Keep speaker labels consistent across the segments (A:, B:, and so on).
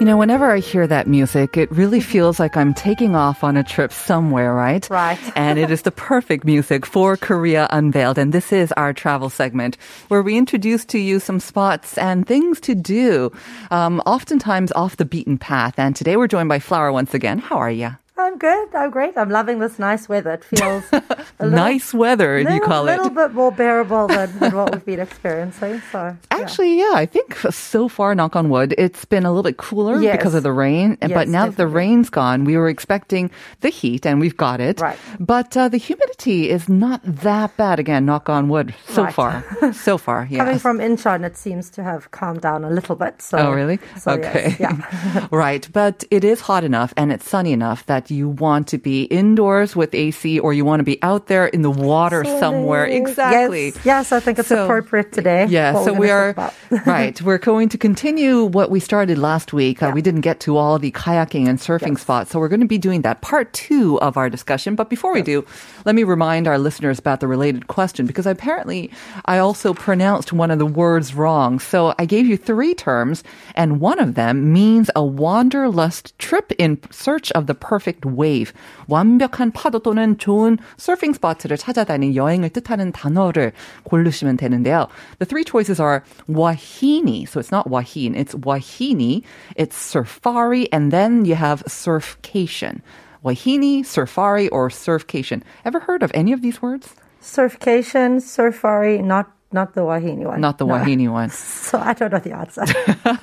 A: You know, whenever I hear that music, it really
B: Mm-hmm.
A: feels like I'm taking off on a trip somewhere, right?
B: Right.
A: and it is the perfect music for Korea Unveiled. And this is our travel segment where we introduce to you some spots and things to do, um, oftentimes off the beaten path. And today we're joined by Flower once again. How are you?
B: I'm good. I'm great. I'm loving this nice weather. It feels a little,
A: nice weather,
B: little,
A: you call
B: little
A: it.
B: bit more bearable than, than what we've been experiencing. So yeah.
A: Actually, yeah, I think so far, knock on wood, it's been a little bit cooler
B: Yes.
A: because of the rain. And but
B: Yes,
A: now that the rain's gone, we were expecting the heat, and we've got it.
B: Right.
A: But uh, the humidity is not that bad. Again, knock on wood. So
B: Right.
A: far, so far, yeah.
B: coming from Incheon, it seems to have calmed down a little bit. So,
A: Oh, really?
B: so yes,
A: okay.
B: yeah.
A: right. But it is hot enough and it's sunny enough that you want to be indoors with AC or you want to be out there in the water somewhere. Exactly.
B: Yes, yes, I think it's
A: So-
B: appropriate today.
A: Yeah,
B: what
A: so
B: we're
A: we
B: gonna
A: are
B: talk about.
A: right. We're going to continue what we started last week. Uh, we didn't get to all the kayaking and surfing spots, so we're going to be doing that part two of our discussion. But before we do, let me remind our listeners about the related question because apparently I also pronounced one of the words wrong. So I gave you three terms, and one of them means a wanderlust trip in search of the perfect wave. 완벽한 파도 또는 좋은 surfing spots를 찾아다니는 여행을 뜻하는 단어를 고르시면 되는데요. The three choices are wahine, so it's not wahin, it's wahine, it's surfari, and then you have surfcation. Wahine, surfari, or surfcation. Ever heard of any of these words?
B: Surfcation, surfari, not not the Wahini one.
A: Not the
B: No.
A: wahine one.
B: So I don't know the answer.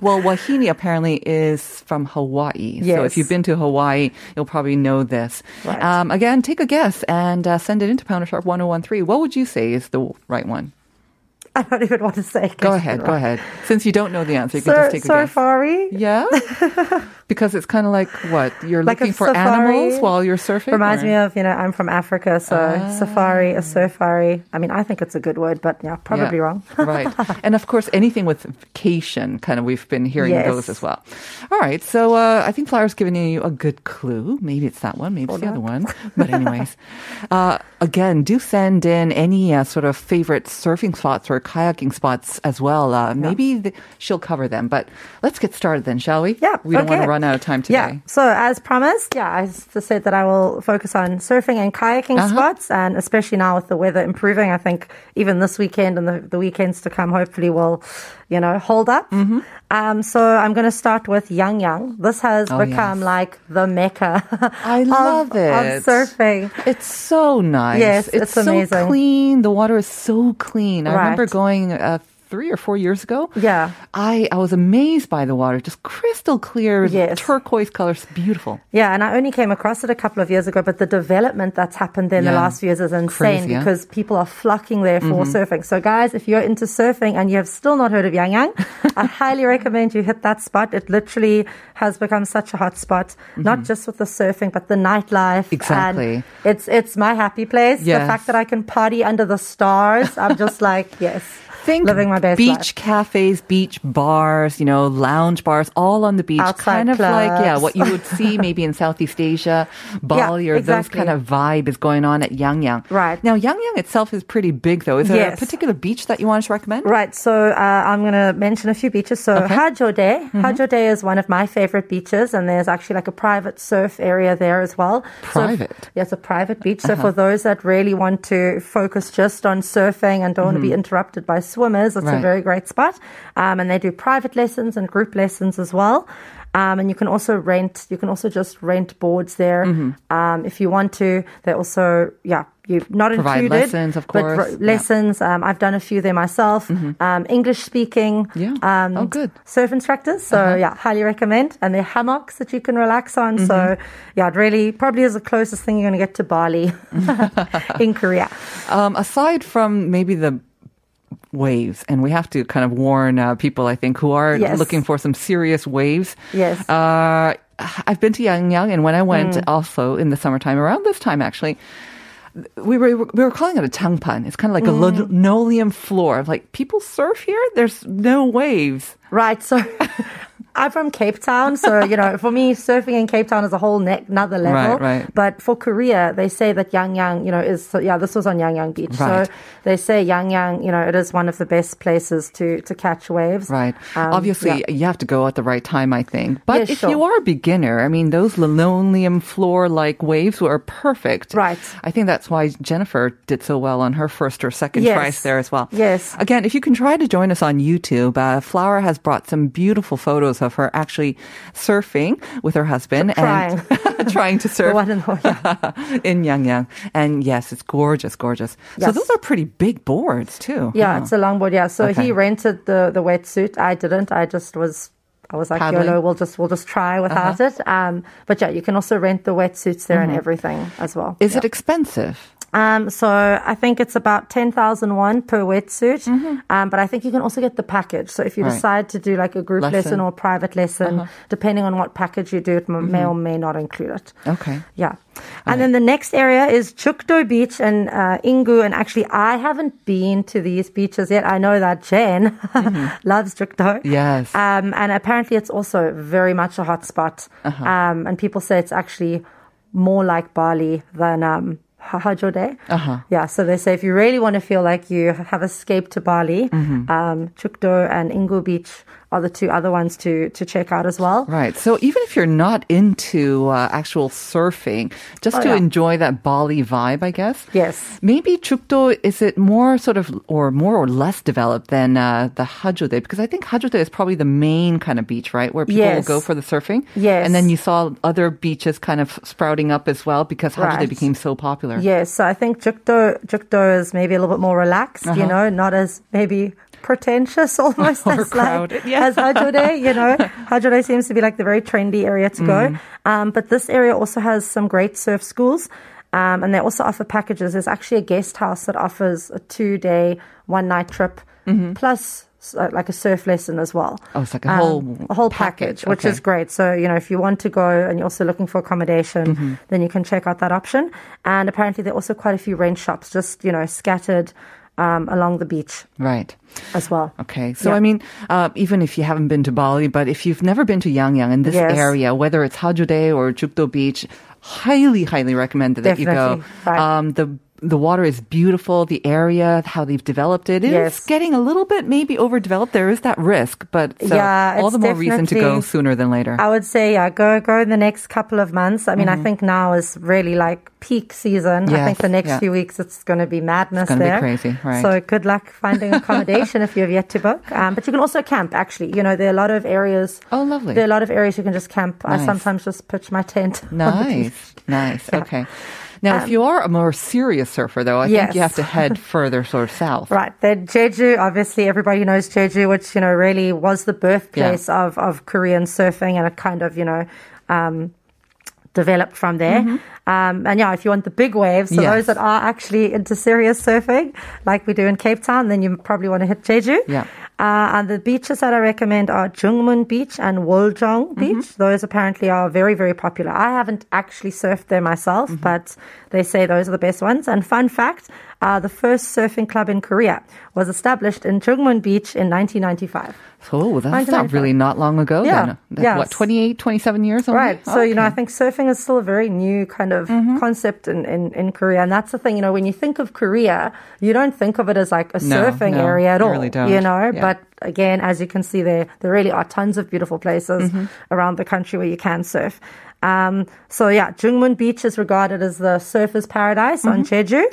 A: Well, wahine apparently is from Hawaii. So if
B: Yes.
A: you've been to Hawaii, you'll probably know this.
B: Right.
A: Um, again, take a guess and uh, send it into Pounder Sharp 1013. What would you say is the right one?
B: I don't even want to say.
A: Go ahead, go ahead. Since you don't know the answer, you can
B: Sur-
A: just take a guess.
B: surfari
A: Yeah? because it's kind of like what? You're
B: Like a
A: looking for
B: safari.
A: animals while you're surfing?
B: Reminds
A: or- Ah.
B: me of, you know, I'm from Africa, so safari, a surfari. I mean, I think it's a good word, but yeah, probably
A: Yeah,
B: wrong.
A: right. And of course, anything with vacation, kind of, we've been hearing
B: Yes.
A: those as well. All right. So uh, I think Flower's given you a good clue. Maybe it's that one, maybe it's the other one. But, anyways, uh, again, do send in any uh, sort of favorite surfing spots or kayaking spots as well. Uh, Maybe th- she'll cover them. But let's get started then, shall we?
B: Yeah,
A: We don't want to
B: okay.
A: run out of time
B: Yeah.
A: today.
B: So as promised, yeah, I s- just said that I will focus on surfing and kayaking
A: Uh-huh.
B: spots, and especially now with the weather improving, I think even this weekend and the, the weekends to come, hopefully, will you know hold up.
A: Mm-hmm.
B: Um, so I'm going to start with Yang Yang. This has
A: Oh,
B: become
A: yes.
B: like the mecca.
A: I
B: of-
A: love
B: of
A: it.
B: surfing.
A: It's so nice.
B: Yes, it's
A: so
B: amazing.
A: clean. The water is so clean. I remember
B: Right.
A: going uh, three or four years ago.
B: Yeah.
A: I, I was amazed by the water, just crystal clear,
B: Yes.
A: turquoise colors, beautiful.
B: Yeah, and I only came across it a couple of years ago, but the development that's happened there in the
A: Yeah.
B: last few years is insane
A: Crazy, Mm-hmm. huh?
B: because people are flocking there for surfing. So, guys, if you're into surfing and you have still not heard of Yang Yang, I highly recommend you hit that spot. It literally has become such a hot spot, not just with the surfing, but the nightlife.
A: Mm-hmm. Exactly.
B: And it's it's my happy place.
A: Yes.
B: The fact that I can party under the stars, I'm just like, yes,
A: Think
B: living my best
A: beach
B: life.
A: cafes, beach bars, you know, lounge bars, all on the beach. kind
B: Outside
A: of like, yeah,
B: clubs.
A: what you would see maybe in Southeast Asia, Bali, or those
B: exactly.
A: kind of vibe is going on at Yang Yang.
B: Right.
A: Now, Yang Yang itself is pretty big, though. Is there a
B: Yes.
A: particular beach that you want to recommend?
B: Right, so uh, I'm going to mention a few beaches. So
A: Okay. Mm-hmm.
B: Hajode, Hajode is one of my favorite beaches, and there's actually like a private surf area there as well. So-
A: Private? Uh-huh.
B: yeah, it's a private beach. So for those that really want to focus just on surfing and don't want to be interrupted by swimmers, it's
A: Mm-hmm. Right.
B: a very great spot. Um, and they do private lessons and group lessons as well. Um, and you can also rent. You can also just rent boards there
A: Mm-hmm.
B: um, if you want to. They also, yeah, you not
A: Provide
B: included
A: lessons, of
B: but
A: course.
B: ro-
A: Yeah.
B: lessons. Um, I've done a few there myself. Um, English speaking.
A: Mm-hmm. Yeah.
B: Um,
A: Oh, good. Uh-huh.
B: Surf instructors. So yeah, highly recommend. And they're hammocks that you can relax on. So
A: Mm-hmm.
B: yeah, it really probably is the closest thing you're going to get to Bali in Korea.
A: Um, aside from maybe the waves, and we have to kind of warn uh, people, I think, who are
B: Yes.
A: looking for some serious waves.
B: Yes. Mm.
A: Uh, I've been to Yangyang, and when I went also in the summertime, around this time actually, we were we were calling it a tangpan. It's kind of like a
B: Mm.
A: linoleum floor. Like people surf here. There's no waves.
B: Right. So I'm from Cape Town. So, you know, for me, surfing in Cape Town is a whole ne- another level.
A: Right, right.
B: But for Korea, they say that Yangyang, you know, is, so, yeah, this was on Yangyang Beach.
A: Right.
B: So they say Yangyang, you know, it is one of the best places to, to catch waves.
A: Right.
B: Um,
A: Obviously,
B: yeah.
A: you have to go at the right time, I think. But
B: Yeah,
A: if
B: sure.
A: you are a beginner, I mean, those linoleum floor like waves were perfect.
B: Right.
A: I think that's why Jennifer did so well on her first or second
B: Yes.
A: tries there as well.
B: Yes.
A: Again, if you can try to join us on YouTube, uh, Flower has brought some beautiful photos of her actually surfing with her husband
B: Trying.
A: and trying to surf
B: The one in the, yeah.
A: in Yangyang. And yes, it's gorgeous, gorgeous. So
B: Yes.
A: those are pretty big boards too.
B: Yeah,
A: huh?
B: it's a longboard. Yeah, so
A: Oh. Okay.
B: he rented the the wetsuit. I didn't. I just was. I was like,
A: Paddling. Uh-huh.
B: YOLO, we'll just we'll just try without it. Um, but yeah, you can also rent the wetsuits there and everything as well.
A: Is Mm-hmm.
B: Yeah.
A: it expensive?
B: Um, so I think it's about ten thousand won per wetsuit. Um, but I think you can also get the package. So if you
A: Mm-hmm. Right.
B: decide to do like a group
A: Lesson. Uh-huh.
B: lesson, or a private lesson, depending on what package you do, it m may or
A: Mm-hmm.
B: may not include it.
A: Okay.
B: Yeah. And then the next area is Chukdo Beach and uh, Ingu. And actually, I haven't been to these beaches yet. I know that Jen loves Chukdo.
A: Yes.
B: Um, and apparently, it's also very much a hotspot. Um, and people say it's actually more like Bali than. Um, Hajo Day. Uh-huh. Yeah, so they say if you really want to feel like you have escaped to Bali, um, Chukdo and Ingu Beach are the two other ones to to check out as well.
A: Right. So even if you're not into uh, actual surfing, just
B: Oh,
A: to
B: yeah.
A: enjoy that Bali vibe, I guess.
B: Yes.
A: Maybe Chukdo is it more sort of or more or less developed than uh, the Hajude because I think Hajude is probably the main kind of beach, right, where people
B: Yes.
A: will go for the surfing.
B: Yes.
A: And then you saw other beaches kind of sprouting up as well because Hajude
B: Right.
A: became so popular.
B: Yes, so I think Jukdo Jukdo is maybe a little bit more relaxed, you know, not as maybe pretentious almost
A: Or
B: as like
A: crowded, yeah.
B: as Hajode, you know. Hajode seems to be like the very trendy area to go. Um, but this area also has some great surf schools. Um, and they also offer packages. There's actually a guest house that offers a two day, one night trip plus uh, like a surf lesson as well.
A: Oh, it's like a whole
B: Um, a whole
A: package,
B: package, which
A: okay.
B: is great. So, you know, if you want to go and you're also looking for accommodation,
A: Mm-hmm.
B: then you can check out that option. And apparently, there are also quite a few rent shops just, you know, scattered um, along the beach
A: Right.
B: as well.
A: Okay. So,
B: Yeah.
A: I mean, uh, even if you haven't been to Bali, but if you've never been to Yangyang in this
B: Yes.
A: area, whether it's Hajude or Jukdo Beach, highly, highly recommended that you
B: Definitely.
A: go.
B: Right.
A: Um, the the water is beautiful. The area, how they've developed it, is
B: Yes.
A: getting a little bit maybe overdeveloped. There is that risk, but so
B: Yeah,
A: all
B: it's
A: the more reason to go
B: definitely-
A: sooner than later.
B: I would say, yeah, go go in the next couple of months. I mean, I think now is really like peak season. I think
A: Yes,
B: the
A: Mm-hmm.
B: next
A: yeah.
B: few weeks it's going to be madness
A: gonna be
B: there.
A: crazy, right.
B: So good luck finding accommodation if you have yet to book. Um, but you can also camp. Actually, you know, there are a lot of areas.
A: Oh, lovely.
B: There are a lot of areas you can just camp.
A: Nice.
B: I sometimes just pitch my tent. on the beach.
A: Nice, nice. Okay. Now, if you are a more serious surfer, though, I think you
B: Um, Yes.
A: have to head further sort of south.
B: Right. Then Jeju, obviously everybody knows Jeju, which, you know, really was the birthplace of, of Korean surfing and it kind of, you know, um, developed from there. Um, and yeah, if you want the big waves, so
A: Mm-hmm. Yes.
B: those that are actually into serious surfing, like we do in Cape Town, then you probably want to hit Jeju.
A: Yeah.
B: Uh, and the beaches that I recommend are Jungmun Beach and Woljong Beach. Those apparently are very, very popular. I haven't actually surfed there myself, but they say those are the best ones. And fun fact, uh, the first surfing club in Korea was established in Jungmun Beach in 1995.
A: Oh, that's not
B: 1995.
A: really not long ago
B: Yeah,
A: then. That's
B: yes.
A: What, 28, 27 years? Only?
B: Right. So, you know, I
A: Okay. Mm-hmm.
B: think surfing is still a very new kind of concept in, in, in Korea. And that's the thing, you know, when you think of Korea, you don't think of it as like a
A: No,
B: surfing
A: no,
B: area at
A: you
B: all.
A: really don't.
B: You know,
A: Yeah.
B: but again, as you can see there, there really are tons of beautiful places
A: Mm-hmm.
B: around the country where you can surf. Um, so yeah, Jungmun Beach is regarded as the surfers paradise on
A: Mm-hmm.
B: Jeju.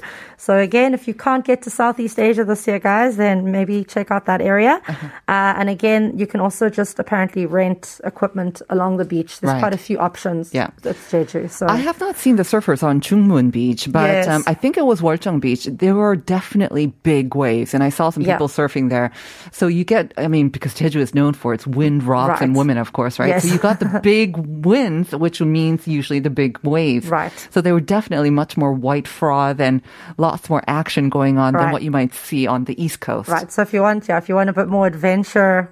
B: So again, if you can't get to Southeast Asia this year, guys, then maybe check out that area.
A: Uh-huh.
B: Uh, and again, you can also just apparently rent equipment along the beach. There's
A: Right.
B: quite a few options.
A: Yeah.
B: at Jeju. So
A: I have not seen the surfers on Chungmun Beach, but
B: Yes.
A: um, I think it was Woljeong Beach. There were definitely big waves, and I saw some
B: Yeah.
A: people surfing there. So you get get, I mean, because Jeju is known for its wind, rocks, and
B: Right.
A: women, of course, right? So
B: Yes.
A: you got the big winds, which means usually the big waves.
B: Right.
A: So there were definitely much more white froth and lots more action going on than
B: Right.
A: what you might see on the East Coast.
B: Right. So if you want, yeah, if you want a bit more adventure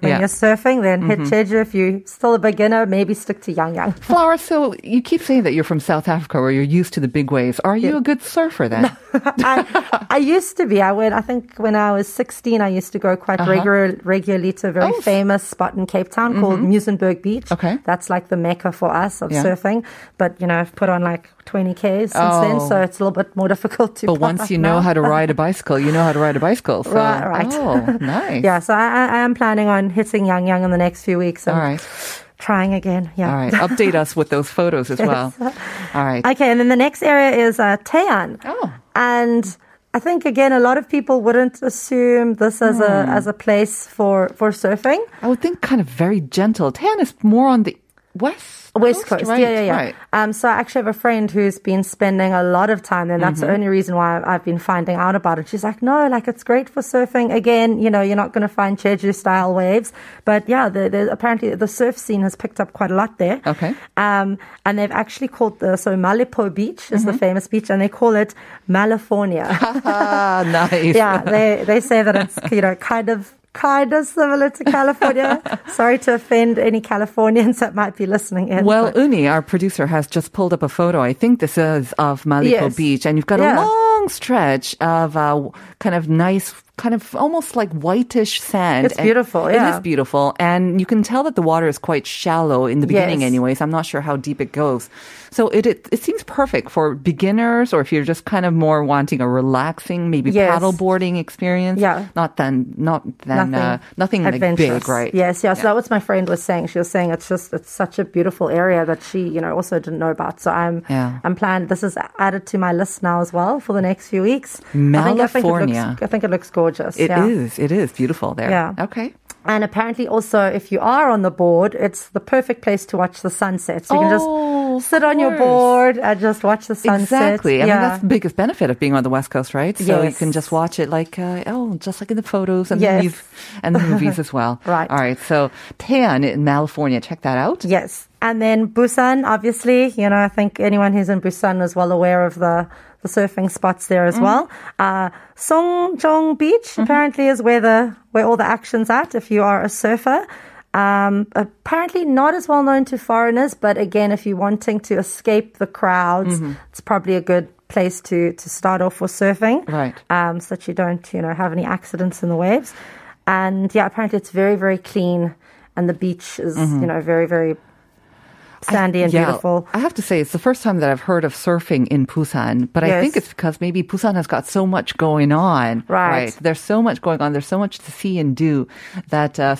A: Yeah.
B: when
A: Mm-hmm.
B: you're surfing, then hit Jeju. If you're still a beginner, maybe stick to Yang Yang.
A: Flowers, so you keep saying that you're from South Africa where you're used to the big waves. Are you a good surfer then?
B: I, I used to be. I went. I think when I was 16, I used to go quite regular, regularly to a very
A: Uh-huh. Oh. Mm-hmm.
B: famous spot in Cape Town called Musenberg Beach.
A: Okay.
B: that's like the mecca for us of
A: Yeah.
B: surfing. But you know, I've put on like 20 k's since then,
A: Oh.
B: so it's a little bit more difficult to.
A: But once you know how to ride a bicycle, you know how to ride a bicycle. So,
B: Right, right.
A: Oh, nice.
B: Yeah, so I, I, I am planning on hitting Yang Yang in the next few weeks. And
A: All right.
B: Trying again. Yeah.
A: All right. Update us with those photos as well. All right.
B: Okay, and then the next area is uh, Taean.
A: Oh.
B: And I think again, a lot of people wouldn't assume this as a
A: Hmm.
B: as a place for for surfing.
A: I would think kind of very gentle. Tan is more on the west
B: West Coast,
A: right,
B: yeah, yeah, yeah.
A: Right.
B: Um, so I actually have a friend who's been spending a lot of time there. and That's the
A: Mm-hmm.
B: only reason why I've- I've been finding out about it. She's like, no, like it's great for surfing. Again, you know, you're not going to find Jeju style waves, but yeah, the, the, apparently the surf scene has picked up quite a lot there.
A: Okay.
B: Um, and they've actually called the so Malipo Beach is
A: Mm-hmm.
B: the famous beach, and they call it Malifornia.
A: Ah, nice.
B: yeah, they they say that it's you know kind of. Kind of similar to California. Sorry to offend any Californians that might be listening in.
A: Well,
B: but-
A: Uni, our producer, has just pulled up a photo. I think this is of Malipo
B: Yes.
A: Beach, and you've got
B: Yeah.
A: a long stretch of uh, w- kind of nice, kind of almost like whitish sand.
B: It's
A: And
B: beautiful,
A: It
B: yeah.
A: is beautiful, and you can tell that the water is quite shallow in the beginning,
B: Yes.
A: anyways. I'm not sure how deep it goes, so it, it it seems perfect for beginners, or if you're just kind of more wanting a relaxing, maybe
B: Yes.
A: paddle boarding experience.
B: Yeah.
A: not then, not then, nothing, uh, nothing like big,
B: adventurous.
A: right?
B: Yes, yes. That was my friend was saying. She was saying it's just it's such a beautiful area that she, you know, also didn't know about. So I'm
A: Yeah.
B: I'm planned. This is added to my list now as well for the next few weeks. I think, I think it
A: Malifornia.
B: looks, I think it looks gorgeous.
A: It is.
B: yeah.
A: It is beautiful there.
B: Yeah.
A: Okay.
B: And apparently, also, if you are on the board, it's the perfect place to watch the sunset. So you
A: Oh,
B: can
A: of
B: just sit on your
A: course.
B: board and just watch the sunset.
A: Exactly. I mean, that's the biggest benefit of being on the West Coast, right? So you
B: Yes.
A: can just watch it like, uh, oh, just like in the photos and
B: Yes.
A: the movies, and the movies as well.
B: Right.
A: All right. So Tan in California, check that out.
B: Yes. And then Busan, obviously, you know, I think anyone who's in Busan is well aware of the, the surfing spots there as well. Uh, Songjong Beach apparently is where the where all the action's at if you are a surfer. Um, apparently not as well known to foreigners, but again, if you're wanting to escape the crowds, it's probably a good place to to start off with surfing
A: Right.
B: um, so that you don't, you know, have any accidents in the waves. And yeah, apparently it's very, very clean, and the beach is, you know, very, very sandy and
A: Yeah,
B: beautiful.
A: I have to say, it's the first time that I've heard of surfing in Busan, but I
B: Yes.
A: think it's because maybe Busan has got so much going on.
B: Right.
A: There's so much going on. There's so much to see and do that uh,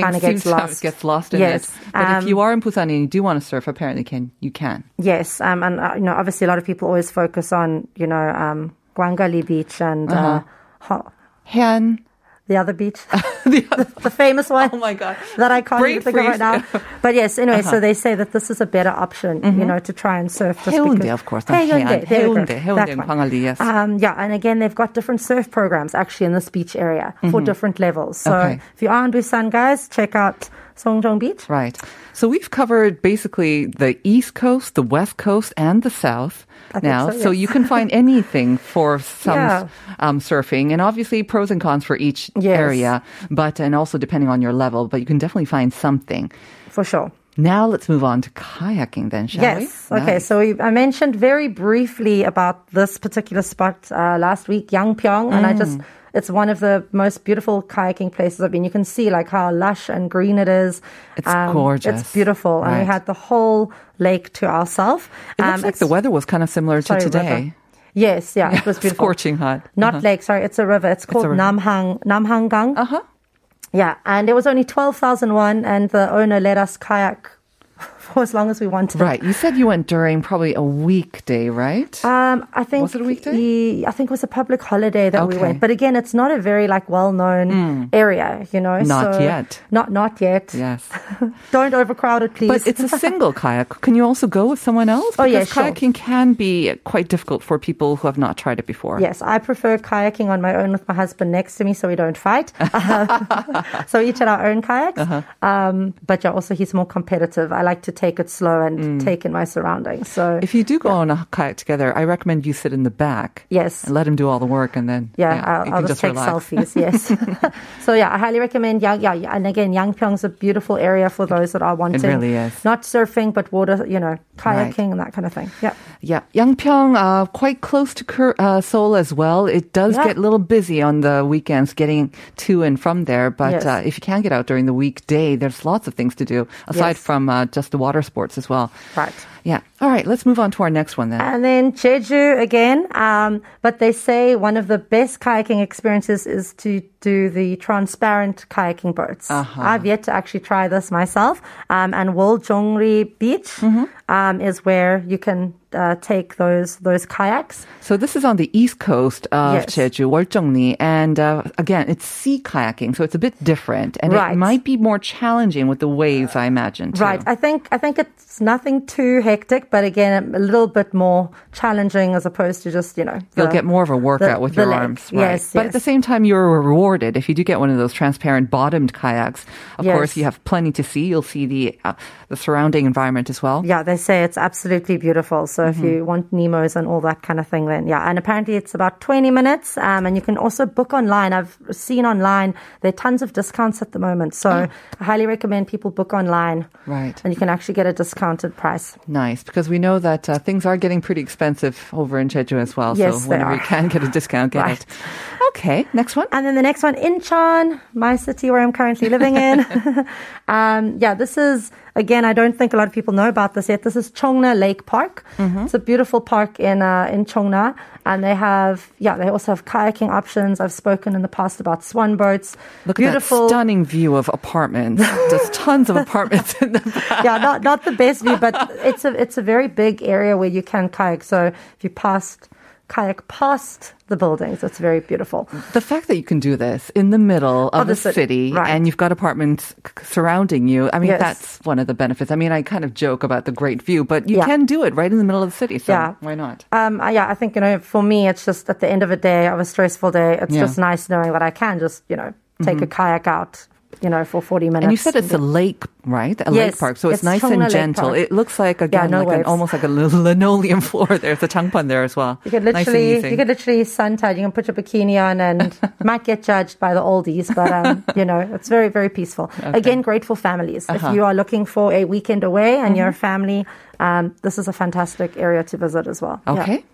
A: surfing,
B: kinda gets
A: seems how it
B: lost.
A: gets lost in
B: Yes.
A: it. But if
B: Um,
A: you are in Busan and you do want to surf, apparently can you can.
B: Yes, um, and uh, you know, obviously a lot of people always focus on, you know, um, Gwangali Beach and uh Ho-
A: Han.
B: the other beach,
A: the other
B: the famous one.
A: Oh my god.
B: That I can't
A: Brain
B: even think of right
A: freeze.
B: now. But yes, anyway,
A: Uh-huh.
B: so they say that this is a better option, you know, to try and surf. Just
A: Haeundae,
B: because-
A: Mm-hmm. of course. not Haean.
B: Haeundae, there we go.
A: Haeundae, Haeundae
B: That
A: in
B: one.
A: Gwanghwaldo, yes.
B: Um, yeah, and again, they've got different surf programs actually in this beach area for different levels. So
A: Mm-hmm. Okay.
B: if you are in Busan, guys, check out Songjong Beach.
A: Right. So we've covered basically the East Coast, the West Coast, and the South
B: I think
A: now.
B: so, yes.
A: you can find anything for some
B: Yeah.
A: um, surfing, and obviously pros and cons for each
B: Yes.
A: area, but and also depending on your level. But you can definitely find something.
B: For sure.
A: Now let's move on to kayaking, then, shall we?
B: Yes. Okay.
A: Nice.
B: So we, I mentioned very briefly about this particular spot uh, last week, Yangpyeong, and I just.
A: Mm.
B: It's one of the most beautiful kayaking places. I mean, you can see like how lush and green it is. Um,
A: It's gorgeous.
B: It's beautiful, and
A: Right.
B: we had the whole lake to ourselves. Um,
A: It looks like the weather was kind of similar to today.
B: Yes, yeah, it was beautiful.
A: Scorching hot.
B: Not lake, sorry, it's a river. It's called
A: river.
B: Namhang Namhangang.
A: Uh huh.
B: Yeah, and it was only 12,001 and the owner let us kayak for as long as we wanted.
A: Uh-huh. Right. You said you went during probably a weekday, right?
B: Um, I think
A: Was it a weekday?
B: ye- I think it was a public holiday that we
A: Okay. Hmm.
B: went. But again, it's not a very like well-known area, you know.
A: Not
B: so-
A: yet.
B: Not not yet.
A: yes.
B: Don't overcrowd it, please.
A: But it's a single kayak. Can you also go with someone else?
B: Oh, yeah,
A: Because
B: sure.
A: kayaking can be quite difficult for people who have not tried it before.
B: Yes, I prefer kayaking on my own with my husband next to me so we don't fight. so we each had our own kayaks.
A: Uh-huh.
B: Um, but yeah, also he's more competitive. I like to take it slow and take in my surroundings. So
A: Hmm. If you do go on a kayak together, I recommend you sit in the back.
B: Yes.
A: And let him do all the work, and then
B: yeah,
A: you
B: I'll, I'll
A: can
B: just, take
A: relax.
B: selfies. Yes. so yeah, I highly recommend Yang. Yeah, yeah, and again, Yangpyeong's a beautiful area for those that are wanting
A: really is.
B: not surfing but water, you know,
A: Right.
B: kayaking and that kind of thing. Yeah.
A: Yeah, Yangpyeong, uh, quite close to Kur- uh, Seoul as well. It does
B: Yeah.
A: get a little busy on the weekends getting to and from there, but
B: Yes.
A: uh, if you can get out during the weekday, there's lots of things to do aside
B: Yes.
A: from uh, just the water sports as well.
B: Right.
A: Yeah. All right, let's move on to our next one then.
B: And then Jeju again. Um, but they say one of the best kayaking experiences is to do the transparent kayaking boats.
A: Uh-huh.
B: I've yet to actually try this myself. Um, and Woljongri Beach
A: Mm-hmm.
B: um, is where you can uh, take those those kayaks.
A: So this is on the east coast of
B: Yes.
A: Jeju, Woljeongni, and uh, again, it's sea kayaking, so it's a bit different, and
B: Right.
A: it might be more challenging with the waves, I imagine. Too.
B: Right. I think I think it's nothing too hectic, but again, a little bit more challenging as opposed to just you know.
A: You'll
B: the-
A: get more of a workout
B: the-
A: with
B: the
A: your
B: leg.
A: arms, right?
B: Yes,
A: but at the
B: yes.
A: same time, you're rewarded if you do get one of those transparent bottomed kayaks. Of
B: Yes.
A: course, you have plenty to see. You'll see the uh, the surrounding environment as well.
B: Yeah, they say it's absolutely beautiful. So
A: Mm-hmm.
B: if you want Nemo's and all that kind of thing, then yeah. And apparently it's about 20 minutes. Um, and you can also book online. I've seen online, there are tons of discounts at the moment. So
A: Mm.
B: I highly recommend people book online.
A: Right.
B: And you can actually get a discounted price.
A: Nice, because we know that uh, things are getting pretty expensive over in Jeju as well. so
B: Yes, they
A: whenever
B: are.
A: you can get a discount, get
B: Right.
A: it. Okay, next one.
B: And then the next one, Incheon, my city where I'm currently living in. um, yeah, this is, again, I don't think a lot of people know about this yet. This is Chongna Lake Park.
A: Mm-hmm.
B: It's a beautiful park in, uh, in Chongna. And they have, yeah, they also have kayaking options. I've spoken in the past about swan boats.
A: Look
B: beautiful.
A: at that stunning view of apartments. Just tons of apartments in the
B: yeah, not, not the best view, but it's a, it's a very big area where you can kayak. So if you passed, kayak past the buildings, it's very beautiful.
A: The fact that you can do this in the middle of,
B: Of the
A: a city
B: city, right.
A: and you've got apartments c- surrounding you, I mean,
B: Yes.
A: that's one of the benefits. I mean, I kind of joke about the great view, but you
B: Yeah.
A: can do it right in the middle of the city. So
B: Yeah.
A: why not?
B: Um, I- yeah, I think, you know, for me, it's just at the end of a day of a stressful day, it's
A: Yeah. Mm-hmm.
B: just nice knowing that I can just, you know, take a kayak out, you know, for 40 minutes.
A: And you said it's a lake, right? A lake
B: Yes,
A: park. So it's,
B: it's
A: nice
B: Cheongna
A: and
B: Lake
A: gentle.
B: Park.
A: It looks like,
B: Yeah,
A: again,
B: no
A: like an,
B: waves.
A: almost like a little linoleum floor. There's a tangpon there as well.
B: You can
A: Nice and
B: literally,
A: easy.
B: you can literally sun tan. You can put your bikini on, and might get judged by the oldies, but um, you know it's very, very peaceful. Again, great for families.
A: Uh-huh.
B: If you are looking for a weekend away and you're a
A: Mm-hmm.
B: family, um, this is a fantastic area to visit as well. Yeah.
A: Okay.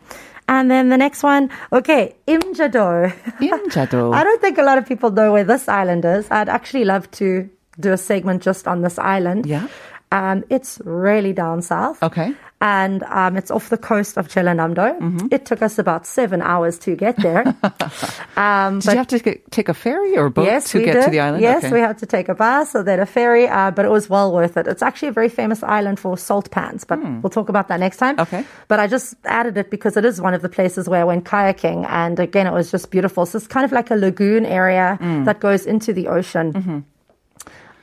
B: And then the next one, okay, Imjado.
A: Imjado.
B: I don't think a lot of people know where this island is. I'd actually love to do a segment just on this island.
A: Yeah.
B: Um, it's really down south.
A: Okay. Mm-hmm.
B: And um, it's off the coast of Jelanamdo. It took us about seven hours to get there. um,
A: Did you have to get, take a ferry or boat
B: yes,
A: to
B: we
A: get
B: did.
A: to the island?
B: Yes,
A: Okay.
B: we had to take a bus or then a ferry, uh, but it was well worth it. It's actually a very famous island for salt pans, but we'll talk about that next time.
A: Hmm. Okay.
B: But I just added it because it is one of the places where I went kayaking, and again, it was just beautiful. So it's kind of like a lagoon area
A: Hmm.
B: that goes into the ocean.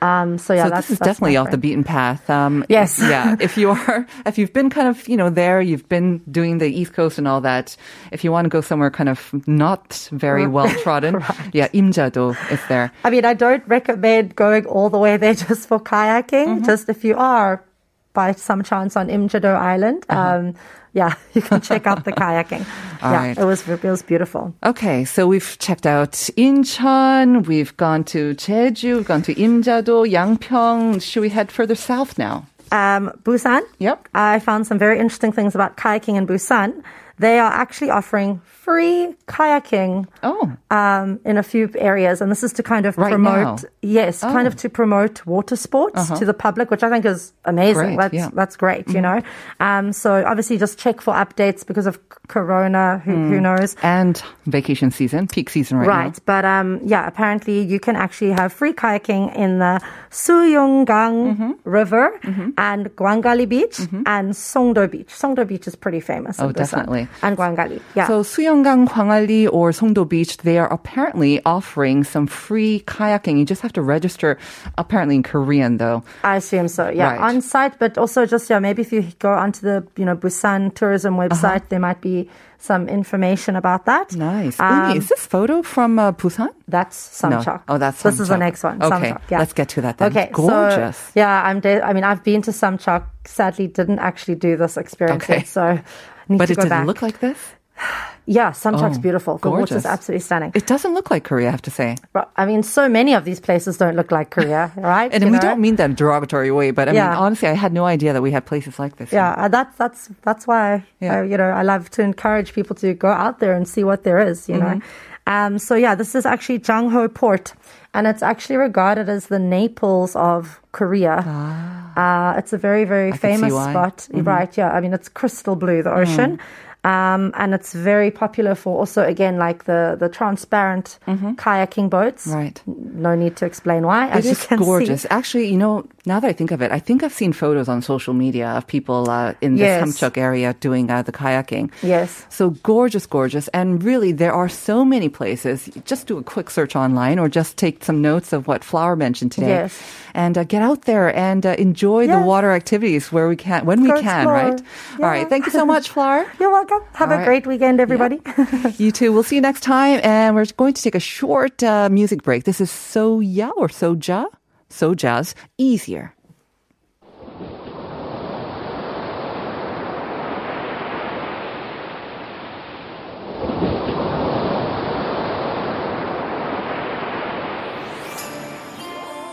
B: Um, so yeah,
A: Mm-hmm. So
B: that's,
A: this is
B: that's
A: definitely
B: my
A: off the beaten
B: friend.
A: path. Um,
B: Yes.
A: yeah. If you are, if you've been kind of, you know, there, you've been doing the East Coast and all that. If you want to go somewhere kind of not very well trodden, yeah, Imjado is there.
B: I mean, I don't recommend going all the way there just for kayaking.
A: Mm-hmm.
B: Just if you are by some chance on Imjado Island, um, yeah, you can check out the kayaking.
A: Uh-huh. All
B: yeah,
A: right.
B: it was it was beautiful.
A: Okay, so we've checked out Incheon, we've gone to Jeju, we've gone to Imjado, Yangpyeong. Should we head further south now?
B: Um, Busan.
A: Yep.
B: I found some very interesting things about kayaking in Busan. They are actually offering free kayaking
A: Oh.
B: um, in a few areas, and this is to kind of
A: Right
B: promote,
A: now? Oh. Uh-huh.
B: yes, kind of to promote water sports to the public, which I think is amazing.
A: Great,
B: that's
A: yeah. Mm-hmm.
B: that's great, you know. Um, so obviously, just check for updates because of c- Corona. Who, who
A: Mm.
B: knows?
A: And vacation season, peak season right,
B: Right, but um, yeah, apparently you can actually have free kayaking in the Suyonggang
A: Mm-hmm.
B: River and Gwangali Beach and Songdo Beach. Songdo Beach is pretty famous.
A: Oh,
B: in the sun.
A: definitely.
B: And Gwangali, yeah.
A: now. So Suyonggang, Hwangali, or Songdo Beach, they are apparently offering some free kayaking. You just have to register, apparently in Korean though.
B: I assume so. Yeah,
A: Right.
B: on site, but also just yeah, maybe if you go onto the you know Busan tourism
A: Uh-huh.
B: website, there might be some information about that.
A: Nice.
B: Um,
A: Uni, is this photo from uh, Busan?
B: that's
A: No.
B: Samcheok.
A: Oh, that's
B: this is the
A: Samcheok.
B: next one.
A: Okay,
B: Samcheok, yeah.
A: let's get to that then.
B: Okay, so,
A: Gorgeous.
B: yeah, I'm. De- I mean, I've been to Samcheok. Sadly, didn't actually do this experience
A: Okay.
B: yet, so need
A: But
B: to
A: it
B: go
A: doesn't
B: back.
A: look like this?
B: yeah, Samcheok's
A: Oh,
B: beautiful. The water
A: gorgeous.
B: is absolutely stunning.
A: It doesn't look like Korea, I have to say.
B: But, I mean, so many of these places don't look like Korea, right?
A: And
B: You
A: we
B: know?
A: don't mean that in a derogatory way, but I mean,
B: Yeah.
A: honestly, I had no idea that we had places like this.
B: Yeah, uh, that's that's that's why
A: Yeah.
B: uh, you know I love to encourage people to go out there and see what there is. You know,
A: Mm-hmm.
B: um, so yeah, this is actually Jangho Port, and it's actually regarded as the Naples of Korea. Uh, it's a very very
A: can Ah. see
B: famous
A: why. Mm-hmm. Mm.
B: spot, right? Yeah, I mean it's crystal blue, the ocean. Um, and it's very popular for also again like the the transparent kayaking boats.
A: Mm-hmm. Right.
B: No need to explain why.
A: It
B: as you
A: is
B: can see.
A: gorgeous. Actually, you know, now that I think of it, I think I've seen photos on social media of people uh, in the
B: Yes.
A: Samchok area doing uh, the kayaking.
B: Yes.
A: So gorgeous, gorgeous. And really, there are so many places. Just do a quick search online or just take some notes of what Flower mentioned today.
B: Yes.
A: And uh, get out there and uh, enjoy the
B: Yes.
A: water activities where we can, when we
B: Go
A: can,
B: explore.
A: right? All right.
B: Yeah.
A: Thank you so much, Flower.
B: You're welcome. Have
A: All
B: a
A: right.
B: great weekend, everybody.
A: You too. We'll see you next time. And we're going to take a short uh, music break. This is Soya or Soja? Soja's Easier.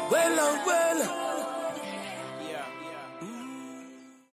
C: Vuela, vuela,